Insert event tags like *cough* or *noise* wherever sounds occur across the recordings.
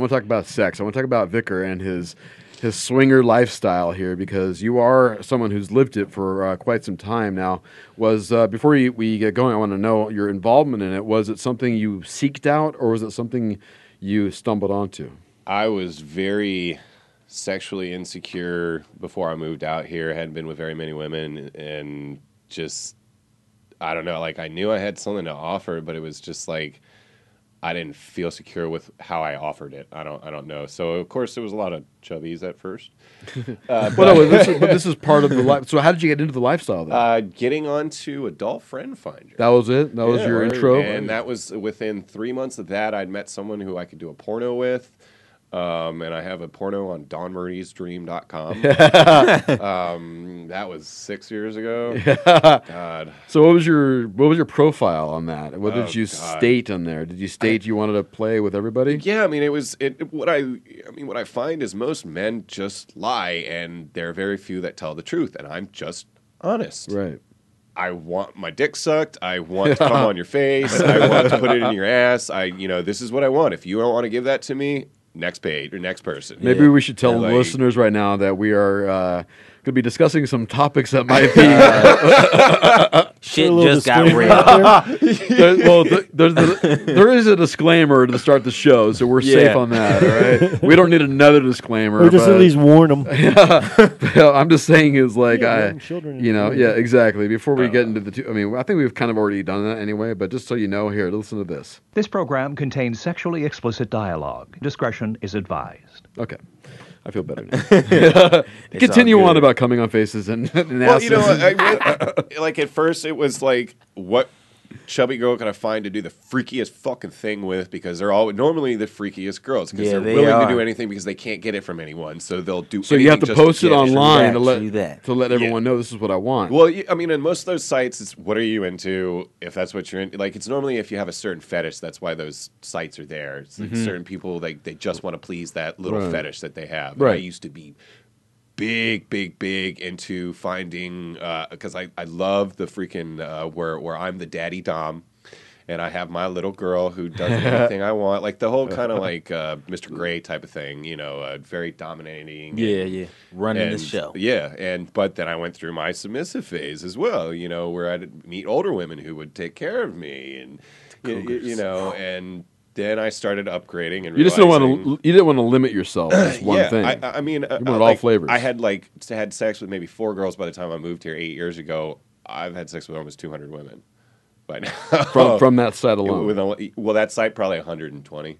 want to talk about sex. I want to talk about Vicker and his his swinger lifestyle here because you are someone who's lived it for uh, quite some time now. Was uh, before you, we get going, I want to know your involvement in it. Was it something you seeked out, or was it something you stumbled onto? I was very sexually insecure before I moved out here. I hadn't been with very many women and just I don't know, like I knew I had something to offer, but it was just like I didn't feel secure with how I offered it. I don't I don't know. So of course there was a lot of chubbies at first. Uh, Well, no, this is, but this is part of the life. So, how did you get into the lifestyle? Then? uh, getting onto Adult Friend Finder. that was it. That was Yeah, your right. intro. And that was within three months of that, I'd met someone who I could do a porno with. Um, and I have a porno *laughs* on donmurraysdream.com. um, that was six *laughs* years ago. God. so, what was your what was your profile on that? What Oh, did you God. state on there? Did you state you wanted to play with everybody? Yeah, I mean, it was it. What I, I mean, what I find is most men just lie, and there are very few that tell the truth. And I'm just honest. Right. I want my dick sucked. I want to come on your face. I want to put it in your ass. I, you know, this is what I want. If you don't want to give that to me, next page or next person. Maybe we should tell Like- the listeners right now that we are uh, going to be discussing some topics that *laughs* might be. Uh, Shit a little just got disclaimer real. out there. there, well, th there's the, there is a disclaimer to start the show, so we're safe Yeah. on that. All right, we don't need another disclaimer. or just but- at *laughs* least warn them. I'm just saying is like Yeah, I, young children you know, and- yeah, exactly. Before we Uh-huh. get into the two, I mean, I think we've kind of already done that anyway. But just so you know, here, listen to this. This program contains sexually explicit dialogue. Discretion is advised. Okay. I feel better *laughs* now. Continue all good. on about coming on faces and, *laughs* and Well, asses. you know, I, I- like at first it was like, what chubby girl can I find to do the freakiest fucking thing with? Because they're all normally the freakiest girls because Yeah, they're they willing are. to do anything because they can't get it from anyone, so they'll do. so you have to anything just post it get from online to that, let do that. to let everyone know this is what I want. Well, you- I mean, in most of those sites, it's what are you into? If that's what you're into, like it's normally if you have a certain fetish, that's why those sites are there. It's like certain people like they just want to please that little Mm-hmm. Right. fetish that they have. And I Right. used to be big, big, big into finding because I I love the freaking uh, where where I'm the daddy dom. And I have my little girl *laughs* who does anything I want, like the whole kind of like uh, Mr. Gray type of thing, you know, uh, very dominating. and- *laughs* Yeah, yeah. Running the and- show. Yeah, and but then I went through my submissive phase as well. You know, where I'd meet older women who would take care of me, and y- y- you, know, and then I started upgrading. And you just didn't want realizing- to. You didn't want to limit yourself to *clears throat* just one yeah, thing. I, I mean, uh, wanted all like, flavors. I had like s- had sex with maybe four girls by the time I moved here eight years ago. I've had sex with almost two hundred women by *laughs* now. from from that side alone, With only- well, that site probably 120,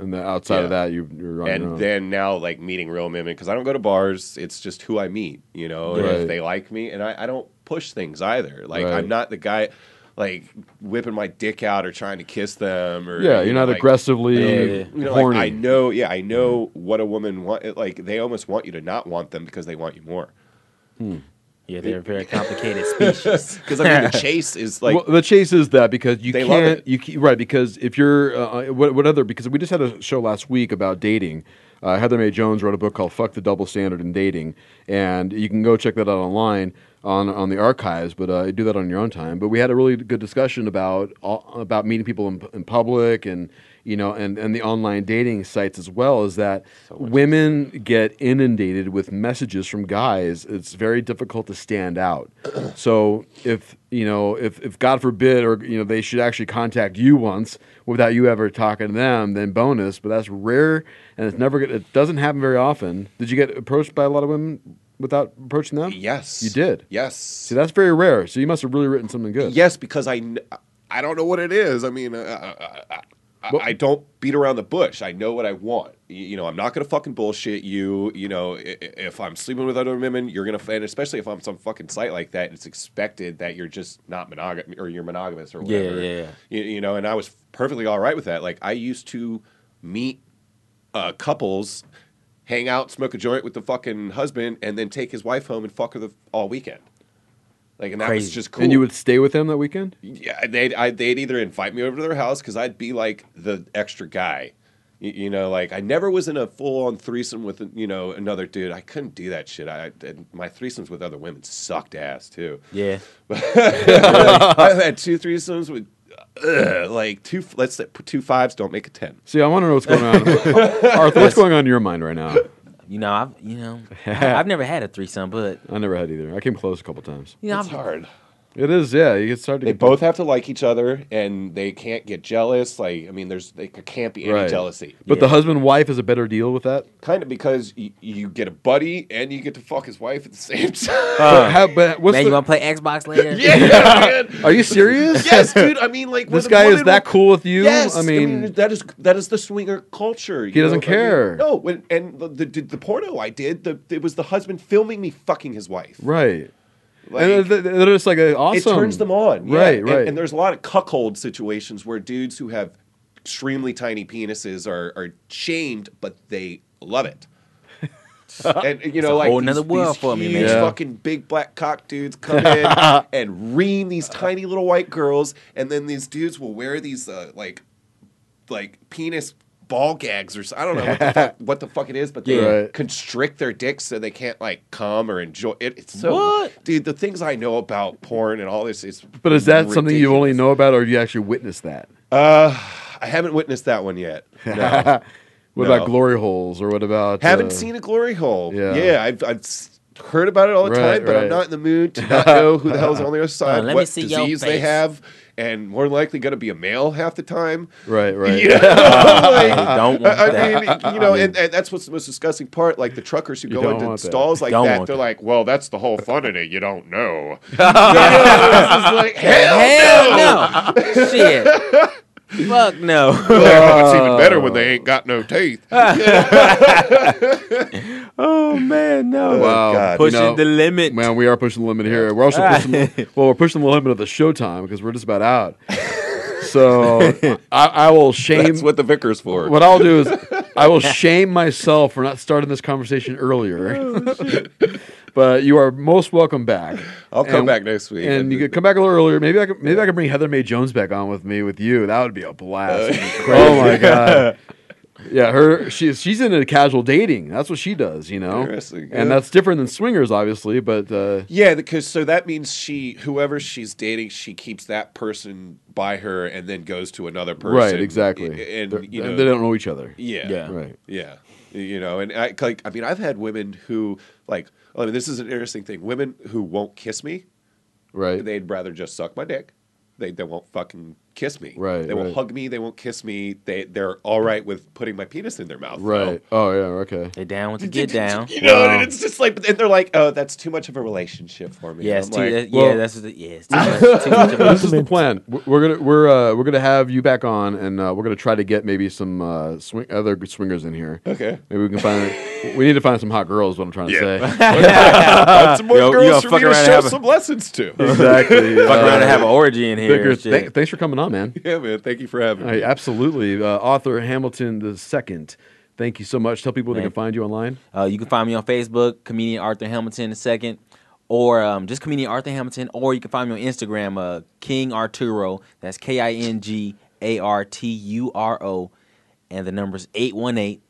and the, outside of yeah. that, you, you're on and your own. then now like meeting real women because I don't go to bars. It's just who I meet, you know. And Right. if they like me, and I, I don't push things either. Like Right. I'm not the guy like whipping my dick out or trying to kiss them or yeah, you you're know, not like- aggressively Yeah, yeah. You know, like, horny. I know, yeah, I know what a woman want. Like they almost want you to not want them because they want you more. *laughs* Yeah, they're a very *laughs* complicated species. Because I mean, the chase is like well, the chase is that because you They can't love it. you ke- right because if you're uh, what, what other because we just had a show last week about dating. Uh, Heather Mae Jones wrote a book called "Fuck the Double Standard in Dating," and you can go check that out online on on the archives. But uh, do that on your own time. But we had a really good discussion about all, about meeting people in, in public and you know and and the online dating sites as well. Is that women get inundated with messages from guys? It's very difficult to stand out. so if you know if if God forbid or you know they should actually contact you once without you ever talking to them, then bonus. But that's rare and it's never gonna it doesn't happen very often. Did you get approached by a lot of women without approaching them? yes, you did. yes. See, that's very rare. So you must have really written something good. Yes, because I, kn- I don't know what it is. I mean, uh, I, I, I don't beat around the bush. I know what I want. Y- You know, I'm not gonna fucking bullshit you. You know, i- i- if I'm sleeping with other women, you're gonna, f- and especially if I'm some fucking site like that, it's expected that you're just not monogamous or you're monogamous or Yeah, whatever. yeah, yeah. You, you know, and I was perfectly all right with that. Like I used to meet uh, couples. Hang out, smoke a joint with the fucking husband, and then take his wife home and fuck her the, all weekend. Like, and that was Crazy. just cool. And you would stay with them that weekend? Yeah, they'd I, they'd either invite me over to their house because I'd be like the extra guy, you, you know. Like I never was in a full on threesome with you know another dude. I couldn't do that shit. I and my threesomes with other *laughs* women sucked ass too. Yeah. I've had two threesomes with ugh, like two. Let's say two fives don't make a ten. See, I want to know what's going on, Arthur. What's going on in your mind right now? You know, I've you know, I've never had a threesome, but I never had either. I came close a couple times. you know, it's I've- hard. It is, yeah. You get started. They both have to like each other, and they can't get jealous. Like I mean, there's they, there can't be any Right. jealousy. but the Yeah. husband wife is a better deal with that. Kind of because y- you get a buddy and you get to fuck his wife at the same *laughs* time. But how- but what's man, the- you want to play *laughs* Xbox later? yeah, *laughs* man. are you *laughs* serious? yes, *laughs* dude. I mean, like when This a guy is woman that will- cool with you? Yes, I mean, that is that is the swinger culture. you doesn't I mean, care. no, when, and the, the the porno I did, the, it was the husband filming me fucking his wife. right. Like, and they're, they're just like uh, it awesome. turns them on, yeah. Right, And- right. And, there's a lot of cuckold situations where dudes who have extremely tiny penises are are shamed, but they *laughs* love it. And you know, a like whole these- nother world these for me, man. huge Yeah. fucking big black *laughs* cock dudes come in and ream these tiny little white girls, and then these dudes will wear these uh, like like penis ball gags or so- I don't know what *laughs* the, fuck, what the fuck it is, but they Yeah. Right. constrict their dicks so they can't like come or enjoy it. It's so What? dude. The things I know about porn and all this is But is that something you only ridiculous. know about, or you actually witnessed *laughs* that? Uh, I haven't witnessed that one yet. *laughs* No. what No. about glory holes, or what about? haven't uh, *laughs* seen a glory hole. yeah. Yeah, I've, I've s- heard about it all the Right, time, but right. Uh, I'm not in the mood to not know who the hell's on the other side, let me what see your disease they face. have, and more than likely going to be a male half the time. *laughs* Right, right. Yeah. Like, I don't want I, that. I *laughs* mean, you know, and, and that's what's the most disgusting part. Like the truckers who You go don't into want that. stalls like Don't that, want they're that. like, "Well, that's the whole fun in it. You don't know." *laughs* You know, this is like, hell, Hell no! Shit. *laughs* Fuck no. no, it's even better when they ain't got no *laughs* teeth. oh man, no. Wow. God. Oh, Ah. You Pushing know, the limit. Man, we are pushing the limit here. We're also pushing, *laughs* well, we're pushing the limit of the showtime because we're just about out. So I, I will shame. That's what the vicar's for. what I'll do is I will shame myself for not starting this conversation earlier. Oh, *laughs* but you are most welcome back. I'll come And- back next week. And you could come back a little earlier. Maybe I could, maybe I could bring Heather Mae Jones back on with me with you. That would be a blast. oh my *laughs* god. Yeah, her she's she's into casual dating. That's what she does, you know. Interesting, yeah. And that's different than swingers, obviously. But uh, Yeah, because so that means she, whoever she's dating, she keeps that person by her and then goes to another person. right, exactly. And, They're- you know, they don't know each other. yeah, Yeah. Right. yeah, you know, and I like, I mean, I've had women who like, I mean, this is an interesting thing. Women who won't kiss me, Right. they'd rather just suck my dick. They they won't fucking kiss me. Right, They won't right. hug me. They won't kiss me. They they're all right with putting my penis in their mouth. though. right. Oh yeah. Okay. They down with the get down. You know, and it's just like, and they're like, oh, that's too much of a relationship for me. Yeah, And it's I'm too, like, that- yeah, well- that's the, yeah, *laughs* it's too much. Too much of a- this is the plan. We're- We're gonna we're uh, we're gonna have you back on, and uh, we're gonna try to get maybe some uh, swing other good swingers in here. Okay. Maybe we can find. we need to find some hot girls. Is what I'm trying to *laughs* say. *laughs* Find some more uh, Yo, you girls gotta for fuck me to around and show have a- some lessons *laughs* to. exactly. Fuck around and have an orgy in here. Vickers, and shit. uh, thank- thanks for coming on, man. yeah, man. Thank you for having All me. right, absolutely, uh, Arthur Hamilton the second. Thank you so much. Tell people they can Thank- find you online. Uh, you can find me on Facebook, comedian Arthur Hamilton II, or um, just comedian Arthur Hamilton, or you can find me on Instagram, uh, King Arturo. That's K I N G A R T U R O, and the number's eight one eight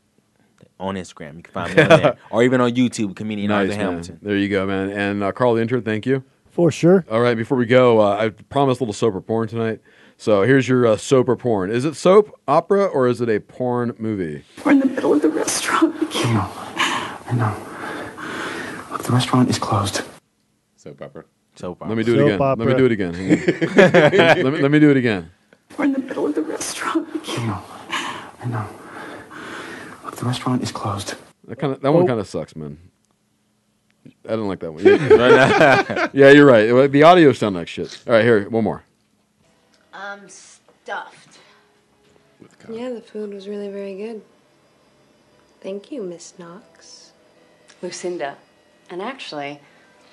on Instagram. You can find me *laughs* on there, or even on YouTube, comedian Arthur man. Hamilton. There you go, man. And uh, Carl the intern, thank you. For sure. All right, before we go, uh, I promised a little soap or porn tonight. So here's your uh, soap or porn. Is it soap opera or is it a porn movie? We're in the middle of the restaurant. I know. Look, the restaurant is closed. So, Pepper. So far, Let me do it Soap again. Let me opera. do it again. Hang on. let, me, *laughs* let me do it again. We're in the middle of the restaurant. I know. I know. Look, the restaurant is closed. That kind of that one kind of sucks, man. I don't like that one. yeah, *laughs* you're right. The audio sound like shit. All right, here, one more. I'm stuffed. Yeah, the food was really very good. Thank you, Miss Knox. Lucinda. And actually,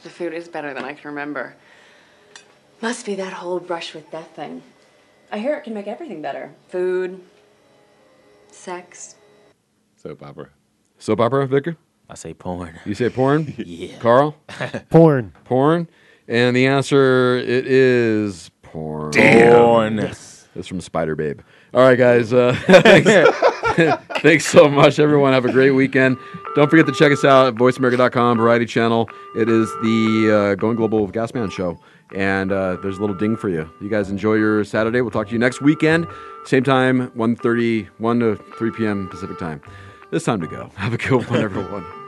the food is better than I can remember. Must be that whole brush with death thing. I hear it can make everything better food, sex. So, Pepper. Soap opera, Victor. I say porn. You say porn. Yeah. Carl, Porn. porn, and the answer it is porn. Porn. It's from Spider Babe. All right, guys. Uh, *laughs* thanks, thanks so much, everyone. Have a great weekend. Don't forget to check us out at voiceamerica.com, Variety Channel. It is the uh, Going Global with Gasman show. And uh, there's a little ding for you. You guys enjoy your Saturday. We'll talk to you next weekend, same time, 1.30, 1 to 3 p.m. Pacific time. It's time to go. Have a good one, everyone.